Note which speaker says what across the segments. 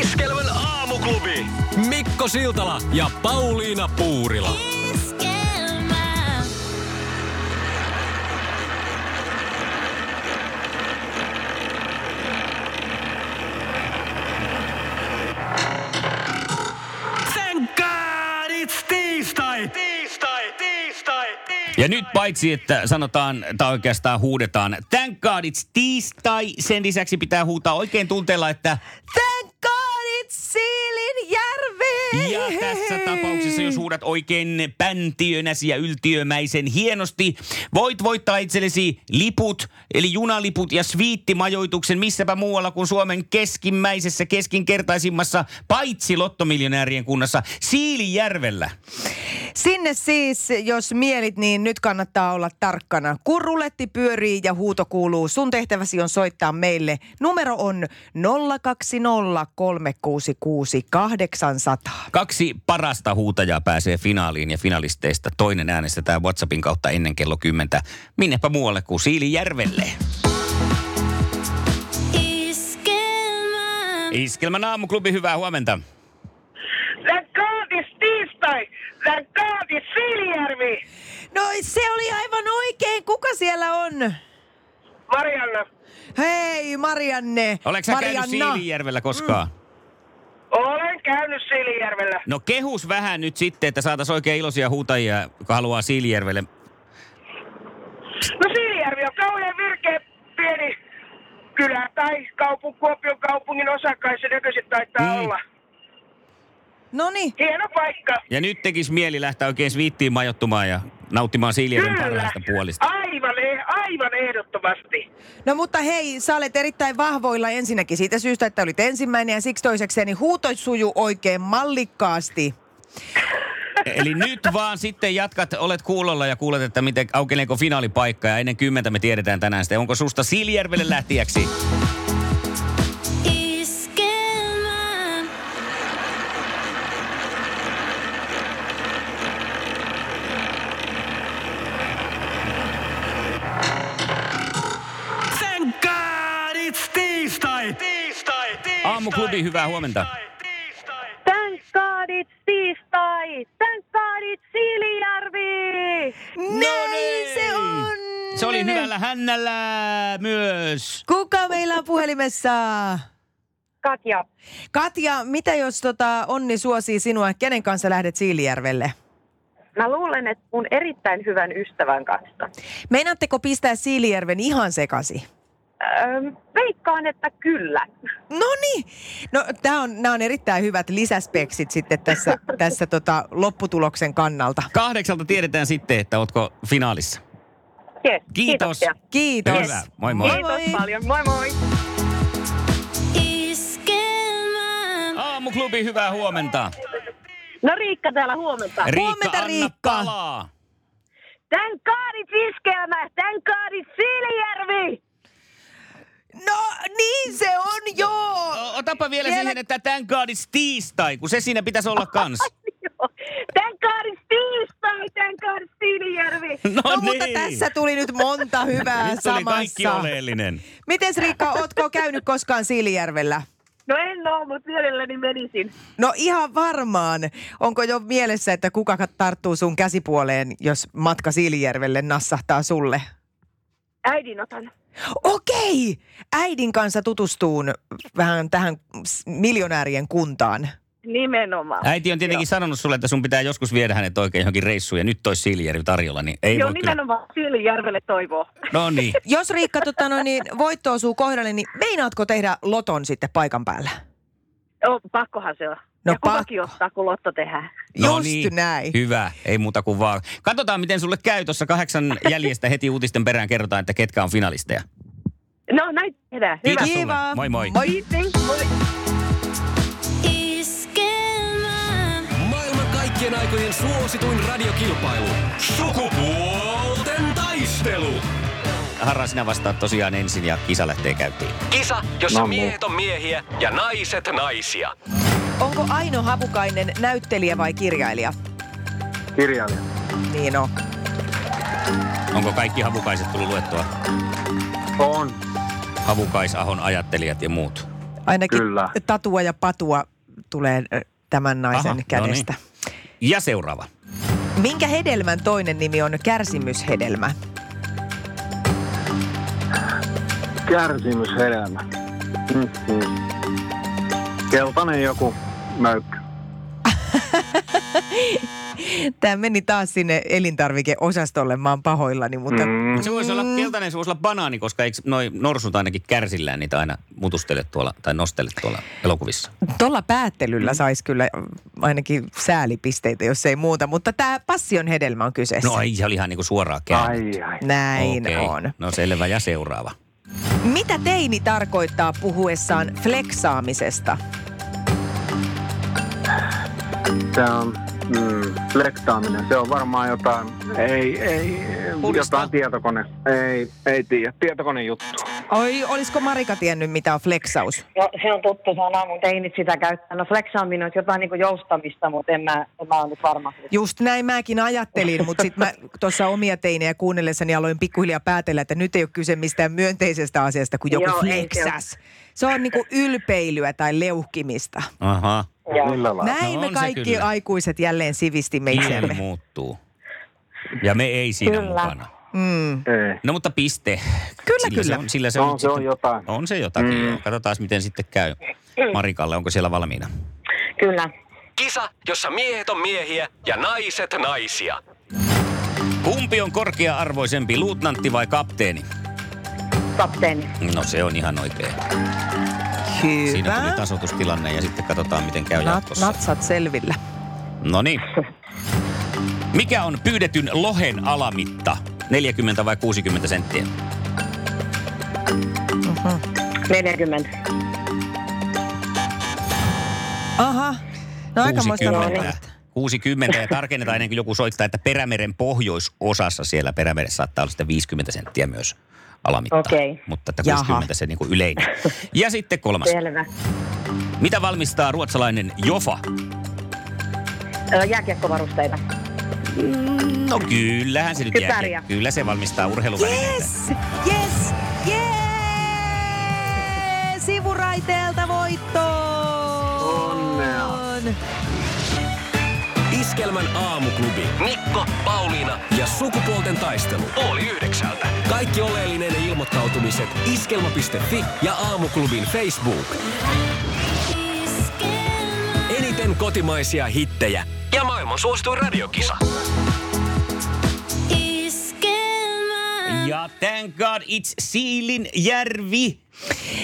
Speaker 1: Iskelmän aamuklubi. Mikko Siltala ja Pauliina Puurila.
Speaker 2: Iskelmää.
Speaker 3: Thank God it's tiistai! Tiistai, tiistai, tiistai!
Speaker 4: Ja nyt paitsi, että sanotaan, tai oikeastaan huudetaan, thank god it's tiistai, sen lisäksi pitää huutaa oikein tunteella, että
Speaker 5: Thank God it's Siilinjärvi!
Speaker 4: ja tässä tapauksessa, jos huudat oikein päntiönäsi ja yltiömäisen hienosti, voit voittaa itsellesi liput, eli junaliput ja sviittimajoituksen missäpä muualla kuin Suomen keskimmäisessä, keskinkertaisimmassa, paitsi lottomiljonäärien kunnassa, Siilijärvellä.
Speaker 5: Sinne siis, jos mielit, niin nyt kannattaa olla tarkkana. Kun ruletti pyörii ja huuto kuuluu, sun tehtäväsi on soittaa meille. Numero on 020366800.
Speaker 4: Kaksi parasta huutajaa pääsee finaaliin ja finalisteista toinen äänestetään WhatsAppin kautta ennen kello 10. Minnepä muualle kuin Siilijärvelle.
Speaker 2: Iskelmää.
Speaker 4: Iskelmän aamuklubi, hyvää huomenta.
Speaker 3: Thank God it's tiistai! Thank God it's Siilijärvi!
Speaker 5: No se oli aivan oikein. Kuka siellä on?
Speaker 3: Marianna,
Speaker 5: Hei Marianne.
Speaker 4: Oletko sä käynyt Siilijärvellä koskaan? Mm.
Speaker 3: olen käynyt Siilijärvellä.
Speaker 4: No kehus vähän nyt sitten, että saataisiin oikein iloisia huutajia, kun haluaa Siilijärvelle.
Speaker 3: No Siilijärvi on kauhean virkeä pieni kylä tai kaupunki, Kuopion kaupungin osakkaissa nykyisin taitaa
Speaker 4: Mm.
Speaker 3: mm. olla.
Speaker 5: Noni,
Speaker 3: Hieno paikka.
Speaker 4: Ja nyt tekisi mieli lähteä oikein sviittiin majoittumaan ja nauttimaan Siilijärven parhaista puolista.
Speaker 3: Aivan, eh- aivan ehdottomasti.
Speaker 5: No mutta hei, sä olet erittäin vahvoilla ensinnäkin siitä syystä, että olit ensimmäinen ja siksi toisekseen niin huuto sujuu oikein mallikkaasti.
Speaker 4: Eli nyt vaan sitten jatkat, olet kuulolla ja kuulet, että miten aukeneeko finaalipaikka ja ennen kymmentä me tiedetään tänään sitten, onko susta Siilijärvelle lähtijäksi.
Speaker 2: Iskelmää.
Speaker 3: Thank God it's tiistai! Tiistai, tiistai!
Speaker 4: Aamuklubi, hyvää huomenta.
Speaker 3: Tiistai,
Speaker 6: Thank God it's tiistai! Thank God it's Siilijärvi!
Speaker 5: Näin se on!
Speaker 4: No niin! Se oli hyvällä hännällä myös.
Speaker 5: Kuka meillä on puhelimessa?
Speaker 6: Katja,
Speaker 5: Katja, mitä jos tota, onni suosii sinua, kenen kanssa lähdet Siilijärvelle?
Speaker 6: mä luulen, että mun erittäin hyvän ystävän kanssa.
Speaker 5: Meinaatteko pistää Siilijärven ihan sekasi?
Speaker 6: Öö, veikkaan, että kyllä.
Speaker 5: Noniin. No tämä on, nämä on erittäin hyvät lisäspeksit sitten tässä, tässä tota, lopputuloksen kannalta.
Speaker 4: Kahdeksalta tiedetään sitten, että ootko finaalissa.
Speaker 6: Yes,
Speaker 4: Kiitos.
Speaker 6: kiitoksia.
Speaker 5: Kiitos.
Speaker 4: Hyvä. Moi moi.
Speaker 5: Moi moi.
Speaker 6: Kiitos paljon. Moi moi.
Speaker 2: Iskelmää.
Speaker 4: Aamuklubi, hyvää huomenta.
Speaker 6: No Riikka täällä huomenta.
Speaker 5: Huomenta,
Speaker 4: anna
Speaker 5: Riikka.
Speaker 4: Palaa.
Speaker 6: Tän kaadit iskelmä, tän kaadit Siilijärvi!
Speaker 5: No niin se on, joo.
Speaker 4: O- Otapa vielä,
Speaker 5: Vielä-
Speaker 4: siihen, että tän kaadis tiistai, kun se siinä pitäisi olla kans.
Speaker 6: Joo. Tän kaadit tiistai, tän kaadit Siilijärvi!
Speaker 4: No,
Speaker 5: No,
Speaker 4: niin.
Speaker 5: mutta tässä tuli nyt monta hyvää
Speaker 4: Nyt tuli kaikki
Speaker 5: samassa.
Speaker 4: oleellinen.
Speaker 5: Mites Riikka, ootko käynyt koskaan Siilijärvellä?
Speaker 6: No en oo, mutta mielelläni menisin.
Speaker 5: No ihan varmaan. Onko jo mielessä, että kuka tarttuu sun käsipuoleen, jos matka Siilijärvelle nassahtaa sulle?
Speaker 6: Äidin otan.
Speaker 5: Okei! Äidin kanssa tutustuun vähän tähän s- miljonäärien kuntaan.
Speaker 6: Nimenomaan.
Speaker 4: Äiti on tietenkin Joo. sanonut sulle, että sun pitää joskus viedä hänet oikein johonkin reissuun ja nyt toi Siilijärvi tarjolla, niin ei
Speaker 6: Joo,
Speaker 4: voi kyllä.
Speaker 6: nimenomaan Siilijärvelle toivoo.
Speaker 4: No niin.
Speaker 5: Jos Riikka tota, no, niin voitto osuu kohdalle, niin meinaatko tehdä loton sitten paikan päällä?
Speaker 6: Joo, pakkohan se on.
Speaker 5: No
Speaker 6: No, ja kukakin
Speaker 5: pakko.
Speaker 6: ottaa, kun lotto tehdään.
Speaker 4: No
Speaker 5: Just
Speaker 4: niin.
Speaker 5: näin.
Speaker 4: Hyvä, ei muuta kuin vaan. Katsotaan, miten sulle käy tuossa kahdeksan jäljestä heti uutisten perään kerrotaan, että ketkä on finalisteja.
Speaker 6: No näin tehdään. Hyvä.
Speaker 4: Kiitos sulle. Moi moi.
Speaker 5: moi.
Speaker 6: Kiitos. Moi.
Speaker 2: Iskelmää.
Speaker 1: Maailman suosituin radiokilpailu. Sukupuolten taistelu.
Speaker 4: Harra, sinä vastaat tosiaan ensin ja kisa lähtee käyntiin.
Speaker 1: Kisa, jossa miehet on miehiä ja naiset naisia.
Speaker 5: Onko Aino Havukainen näyttelijä vai kirjailija?
Speaker 3: Kirjailija.
Speaker 5: Niin on.
Speaker 4: Onko kaikki havukaiset tullut luettua?
Speaker 3: On.
Speaker 4: Havukaisahon ajattelijat ja muut.
Speaker 5: Ainakin
Speaker 3: Kyllä.
Speaker 5: tatua ja patua tulee ö, tämän
Speaker 4: Aha,
Speaker 5: naisen Aha, kädestä.
Speaker 4: no Ja seuraava.
Speaker 5: Minkä hedelmän toinen nimi on kärsimyshedelmä?
Speaker 3: Kärsimyshedelmä. Mm-hmm. Keltainen joku möykky.
Speaker 5: Tämä meni taas sinne elintarvikeosastolle, mä oon pahoillani, mutta mm.
Speaker 4: Se voisi olla keltainen, se voisi olla banaani, koska eikö noi norsut ainakin kärsillään niitä aina mutustele tuolla tai nostele tuolla elokuvissa.
Speaker 3: Mm-hmm.
Speaker 5: tuolla päättelyllä saisi kyllä ö, ainakin säälipisteitä, jos ei muuta. Mutta tämä passion hedelmä on kyseessä.
Speaker 4: No ei, se oli ihan niinku suoraa käännettä.
Speaker 3: Ai ai.
Speaker 5: Näin
Speaker 4: Okei.
Speaker 5: okay. on.
Speaker 4: No selvä, ja seuraava.
Speaker 5: Mitä teini tarkoittaa puhuessaan fleksaamisesta?
Speaker 3: Se on mm, flektaaminen. Se on varmaan jotain, ei, ei,
Speaker 4: Pudistaa.
Speaker 3: jotain tietokone. Ei, ei tiedä. Tietokone juttu.
Speaker 5: Oi, olisiko Marika tiennyt, mitä on fleksaus?
Speaker 7: No, se on tuttu sana, mutta ei nyt sitä käyttää. No flexaaminen on jotain niin joustamista, mutta en mä, en mä ole nyt varma.
Speaker 5: Just näin mäkin ajattelin, mutta sitten mä tuossa omia teinejä kuunnellessani aloin pikkuhiljaa päätellä, että nyt ei ole kyse mistään myönteisestä asiasta, kun joku
Speaker 7: Joo,
Speaker 5: Joo,
Speaker 7: ei se
Speaker 5: fleksas. Se on niinku ylpeilyä tai leuhkimista.
Speaker 4: Aha.
Speaker 7: Joo.
Speaker 3: Millä lailla?
Speaker 5: Näin
Speaker 4: No
Speaker 5: me
Speaker 4: on se
Speaker 5: kaikki
Speaker 4: kyllä.
Speaker 5: aikuiset jälleen sivistimme
Speaker 4: Kieli
Speaker 5: itsemme.
Speaker 4: muuttuu. Ja me ei siinä
Speaker 7: Kyllä.
Speaker 4: mukana.
Speaker 5: Mm.
Speaker 3: Ei.
Speaker 4: No mutta piste.
Speaker 5: Kyllä,
Speaker 4: sillä
Speaker 5: kyllä.
Speaker 4: Se on, sillä se
Speaker 3: No,
Speaker 4: on,
Speaker 3: se on
Speaker 4: sitten-
Speaker 3: jotain.
Speaker 4: On se jotakin.
Speaker 3: Mm.
Speaker 4: Mm. Katsotaan miten sitten käy Marikalle. Onko siellä valmiina?
Speaker 7: Kyllä.
Speaker 1: Kisa, jossa miehet on miehiä ja naiset naisia.
Speaker 4: Kumpi on korkea-arvoisempi, luutnantti vai kapteeni?
Speaker 7: Kapteeni.
Speaker 4: No se on ihan oikein. Siinä tuli
Speaker 5: Hyvä.
Speaker 4: tasoitustilanne ja sitten katsotaan miten käy
Speaker 5: Mm. Nat,
Speaker 4: jatkossa.
Speaker 5: natsat selvillä.
Speaker 4: No niin. Mikä on pyydetyn lohen alamitta? 40 vai 60 senttiä?
Speaker 7: 40.
Speaker 5: Aha. No aika muista
Speaker 4: 60 ja tarkennetaan ennen kuin joku soittaa, että perämeren pohjoisosassa siellä perämeressä saattaa olla sitten 50 senttiä myös alamittaa.
Speaker 7: Okei.
Speaker 4: Mutta että
Speaker 5: Jaha.
Speaker 4: 60 se niin kuin yleinen. Ja sitten kolmas.
Speaker 7: Selvä.
Speaker 4: Mitä valmistaa ruotsalainen Jofa?
Speaker 7: Ö, Jääkiekkovarusteita.
Speaker 4: No kyllähän se nyt
Speaker 7: Kypäriä.
Speaker 4: jää. Kyllä se valmistaa urheiluvälineitä.
Speaker 5: Yes! Yes! Yes! Sivuraiteelta voittoon!
Speaker 3: Onnea.
Speaker 1: Iskelmän aamuklubi. Mikko, Pauliina ja sukupuolten taistelu. Oli yhdeksältä. Kaikki oleellinen ilmoittautumiset iskelma.fi ja aamuklubin Facebook. Eniten kotimaisia hittejä ja maailman suosituin radiokisa.
Speaker 2: Iskelmä.
Speaker 4: Ja thank God it's Siilin järvi.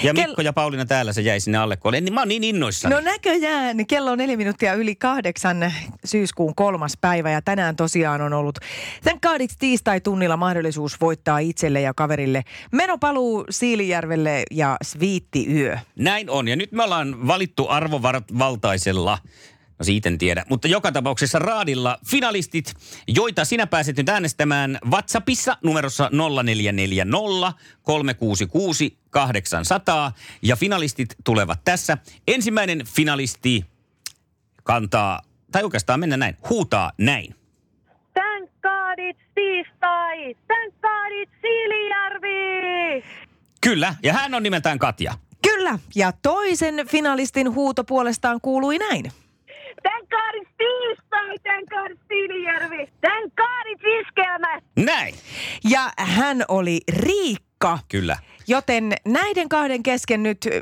Speaker 4: Ja Mikko ja Pauliina täällä se jäi sinne alle, kun olen, mä oon niin innoissani.
Speaker 5: No näköjään. Kello on neljä minuuttia yli kahdeksan syyskuun kolmas päivä ja tänään tosiaan on ollut tämän kaadiksi tiistai-tunnilla mahdollisuus voittaa itselle ja kaverille menopaluu Siilijärvelle ja Sviittiyö.
Speaker 4: Näin on. Ja nyt me ollaan valittu arvovaltaisella. No siitä en tiedä. Mutta joka tapauksessa raadilla finalistit, joita sinä pääset nyt äänestämään WhatsAppissa numerossa 0440 366 800. Ja finalistit tulevat tässä. Ensimmäinen finalisti kantaa, tai oikeastaan mennä näin, huutaa näin.
Speaker 6: Thank God it's tiistai! Thank God it's Siilijärvi!
Speaker 4: Kyllä, ja hän on nimeltään Katja.
Speaker 5: Kyllä, ja toisen finalistin huuto puolestaan kuului näin.
Speaker 6: Thank God it's tiistai! Thank God it's Siilijärvi! Thank God it's iskelmä!
Speaker 4: Näin.
Speaker 5: Ja hän oli Riikka.
Speaker 4: Kyllä.
Speaker 5: Joten näiden kahden kesken nyt ö,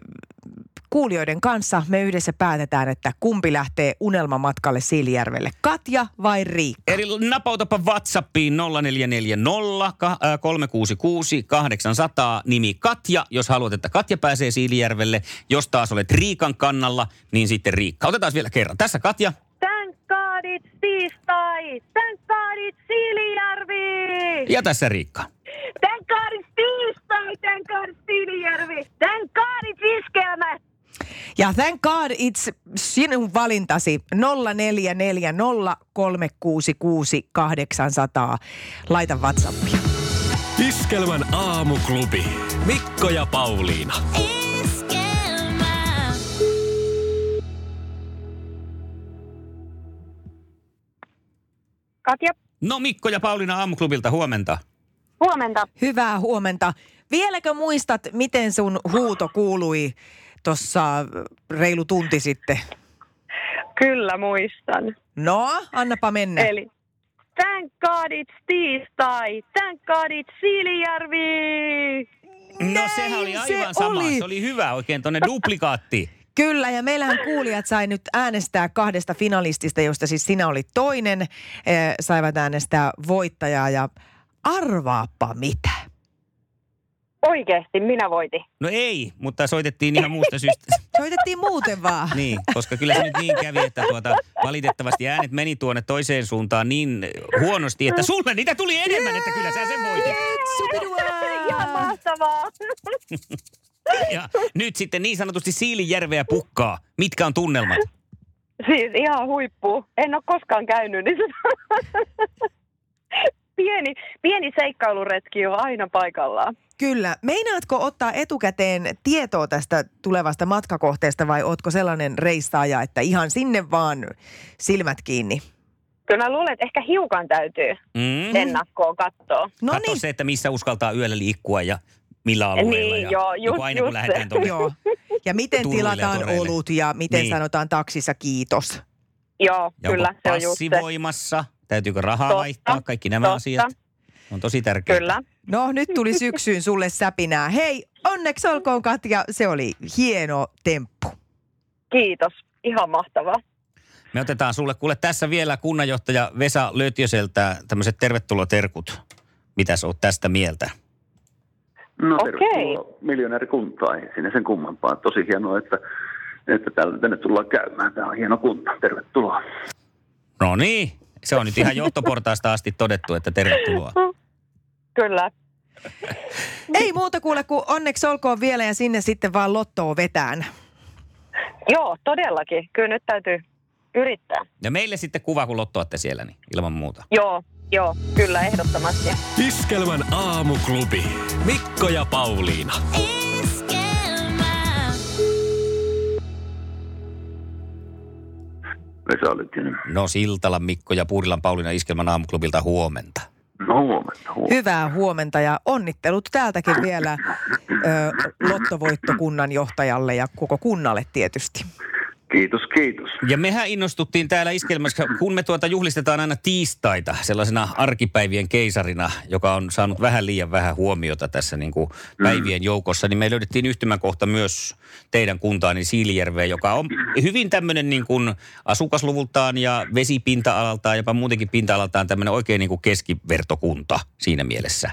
Speaker 5: kuulijoiden kanssa me yhdessä päätetään, että kumpi lähtee unelmamatkalle Siilijärvelle, Katja vai Riikka?
Speaker 4: Eli napautapa WhatsAppiin 0440 ka- äh, 366 800 nimi Katja, jos haluat, että Katja pääsee Siilijärvelle. Jos taas olet Riikan kannalla, niin sitten Riikka. Otetaan vielä kerran. Tässä Katja.
Speaker 6: Thank God it's tiistai! Thank God it's Siilijärvi!
Speaker 4: Ja tässä Riikka.
Speaker 6: Thank God it's tiistai! Thank God it's Siilijärvi! Thank God it's iskelmä!
Speaker 5: Ja thank God it's sinun valintasi 0440366800. Laita WhatsAppia.
Speaker 1: Iskelmän aamuklubi. Mikko ja Pauliina.
Speaker 2: Esquema.
Speaker 6: Katja,
Speaker 4: No Mikko ja Pauliina aamuklubilta huomenta.
Speaker 6: huomenta.
Speaker 5: Hyvää huomenta. Vieläkö muistat, miten sun huuto kuului tuossa äh, reilu tunti sitten?
Speaker 6: Kyllä muistan.
Speaker 5: No, annapa mennä.
Speaker 6: Eli thank god it's tiistai, thank god it's Siilijärvi.
Speaker 4: No
Speaker 5: Näin
Speaker 4: sehän oli aivan
Speaker 5: se
Speaker 4: sama.
Speaker 5: oli.
Speaker 4: Se oli hyvä oikein tuonne duplikaatti.
Speaker 5: Kyllä, ja meillähän kuulijat sai nyt äänestää kahdesta finalistista, josta siis sinä olit toinen. Eh, Saivat äänestää voittajaa ja arvaappa mitä.
Speaker 7: Oikeasti, minä voitin.
Speaker 4: No ei, mutta soitettiin ihan muusta syystä.
Speaker 5: Soitettiin muuten vaan.
Speaker 4: Niin, koska kyllä se nyt niin kävi, että tuota, valitettavasti äänet meni tuonne toiseen suuntaan niin huonosti, että sulle niitä tuli enemmän, että kyllä sä sen voitit.
Speaker 6: Ihan mahtavaa.
Speaker 4: Ja nyt sitten niin sanotusti Siilijärveä pukkaa. Mitkä on tunnelmat?
Speaker 7: Siis ihan huippu. En ole koskaan käynyt, niin
Speaker 6: Pieni, pieni seikkailuretki on aina paikallaan.
Speaker 5: Kyllä. Meinaatko ottaa etukäteen tietoa tästä tulevasta matkakohteesta vai ootko sellainen reissaaja, että ihan sinne vaan silmät kiinni?
Speaker 6: Kyllä mä luulen, että ehkä hiukan täytyy
Speaker 4: Mm.
Speaker 6: ennakkoa katsoa.
Speaker 5: No
Speaker 4: Katso
Speaker 5: niin.
Speaker 4: se, että missä uskaltaa yöllä liikkua ja millä alueella.
Speaker 6: Niin,
Speaker 4: ja,
Speaker 6: joo,
Speaker 4: niin
Speaker 6: just-
Speaker 4: kuin aina kun
Speaker 6: just
Speaker 4: lähdetään
Speaker 6: se.
Speaker 4: tuonne.
Speaker 5: Joo. Ja miten
Speaker 4: Turuille ja
Speaker 5: tilataan
Speaker 4: toreille.
Speaker 5: olut ja miten
Speaker 4: Niin.
Speaker 5: niin. sanotaan taksissa kiitos?
Speaker 6: Joo,
Speaker 4: Ja onko
Speaker 6: kyllä se on just
Speaker 4: passi
Speaker 6: se.
Speaker 4: voimassa? Täytyykö rahaa
Speaker 6: Totta,
Speaker 4: vaihtaa? Kaikki nämä
Speaker 6: totta.
Speaker 4: asiat on tosi tärkeää.
Speaker 6: Kyllä.
Speaker 5: No nyt tuli syksyyn sulle säpinää. Hei, onneksi olkoon Katja, se oli hieno temppu.
Speaker 6: Kiitos. Ihan mahtavaa.
Speaker 4: Me otetaan sulle, kuule tässä vielä kunnanjohtaja Vesa Lötjöseltä tämmöiset tervetuloterkut. Mitäs oot tästä mieltä?
Speaker 8: No
Speaker 6: Okei.
Speaker 8: tervetuloa miljonäärikuntaa, ei siinä sen kummempaa. Tosi hienoa, että, että täällä, tänne tullaan käymään. Tämä on hieno kunta, tervetuloa.
Speaker 4: No niin, se on nyt ihan johtoportaasta asti todettu, että tervetuloa.
Speaker 6: Kyllä.
Speaker 5: Ei muuta kuule, kun onneksi olkoon vielä ja sinne sitten vaan lottoa vetään.
Speaker 6: Joo, todellakin. Kyllä nyt täytyy yrittää.
Speaker 4: Ja meille sitten kuva, kun lottoatte siellä, niin ilman muuta.
Speaker 6: Joo, joo, kyllä ehdottomasti.
Speaker 1: Iskelmän aamuklubi. Mikko ja Pauliina.
Speaker 2: Esquema.
Speaker 8: Vesa Lyttynen.
Speaker 4: No Siltalan Mikko ja Puurilan Pauliina Iskelman aamuklubilta huomenta.
Speaker 8: No huomenta, huomenta.
Speaker 5: Hyvää huomenta ja onnittelut täältäkin vielä ö, lottovoittokunnan johtajalle ja koko kunnalle tietysti.
Speaker 8: Kiitos, kiitos.
Speaker 4: Ja mehän innostuttiin täällä iskelmässä, kun me tuota juhlistetaan aina tiistaita sellaisena arkipäivien keisarina, joka on saanut vähän liian vähän huomiota tässä niin kuin päivien joukossa, niin me löydettiin yhtymäkohta myös teidän kuntaani Siilijärveen, joka on hyvin tämmöinen niin kuin asukasluvultaan ja vesipinta-alaltaan, jopa muutenkin pinta-alaltaan tämmöinen oikein niin kuin keskivertokunta siinä mielessä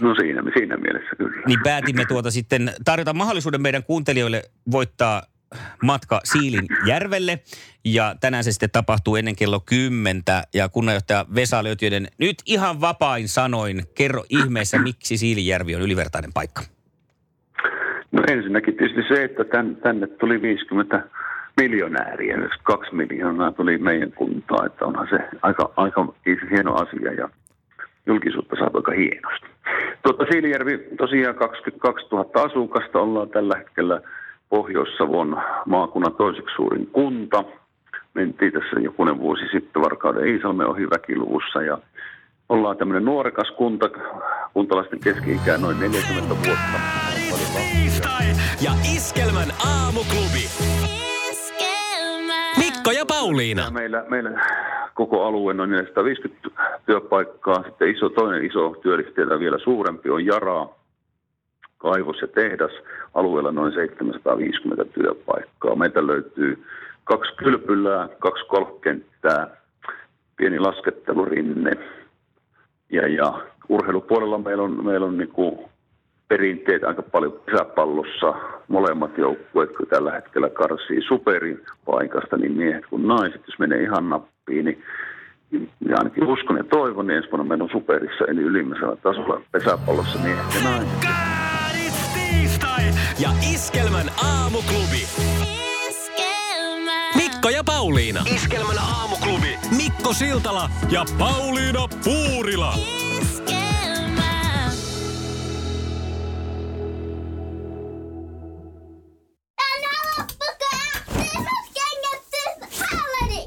Speaker 8: No siinä, siinä mielessä kyllä.
Speaker 4: niin päätimme tuota sitten tarjota mahdollisuuden meidän kuuntelijoille voittaa matka Siilin järvelle. Ja tänään se sitten tapahtuu ennen kello 10. Ja kunnanjohtaja Vesa Löytiöiden nyt ihan vapain sanoin, kerro ihmeessä, miksi Siilinjärvi on ylivertainen paikka.
Speaker 8: No ensinnäkin tietysti se, että tän, tänne tuli 50 miljonääriä, jos kaksi miljoonaa tuli meidän kuntaan, että onhan se aika, aika hieno asia ja julkisuutta saa aika hienosti. Tuota, Siilijärvi tosiaan 22 000 asukasta, ollaan tällä hetkellä Pohjois-Savon maakunnan toiseksi suurin kunta. Mentiin tässä jokunen vuosi sitten Varkauden Iisalmen ohi väkiluvussa ja ollaan tämmöinen nuorekas kunta, kuntalaisten keski-ikää noin 40 vuotta.
Speaker 1: Tiistai ja Iskelmän aamuklubi.
Speaker 2: Esquema.
Speaker 1: Mikko ja Pauliina.
Speaker 8: Ja Meillä, meillä koko alue on 450 työpaikkaa. Sitten iso, toinen iso työllistäjä vielä suurempi on Jaraa, kaivos ja tehdas. Alueella noin 750 työpaikkaa. Meiltä löytyy kaksi kylpylää, kaksi golfkenttää, pieni laskettelurinne. Ja, ja urheilupuolella meillä on, meillä on niin perinteet aika paljon pesäpallossa. Molemmat joukkueet, kun tällä hetkellä karsii superin paikasta, niin miehet kuin naiset, jos menee ihan nappiin, niin ja ainakin uskon ja toivon, niin ensi vuonna meillä on superissa, eli ylimmäisellä tasolla pesäpallossa niin miehet ja naiset.
Speaker 1: Käärit tiistai ja Iskelmän aamuklubi. Mikko ja Pauliina. Iskelmän aamuklubi. Mikko Siltala ja Pauliina Puurila.
Speaker 2: esquema. Another book. This is getting this holiday.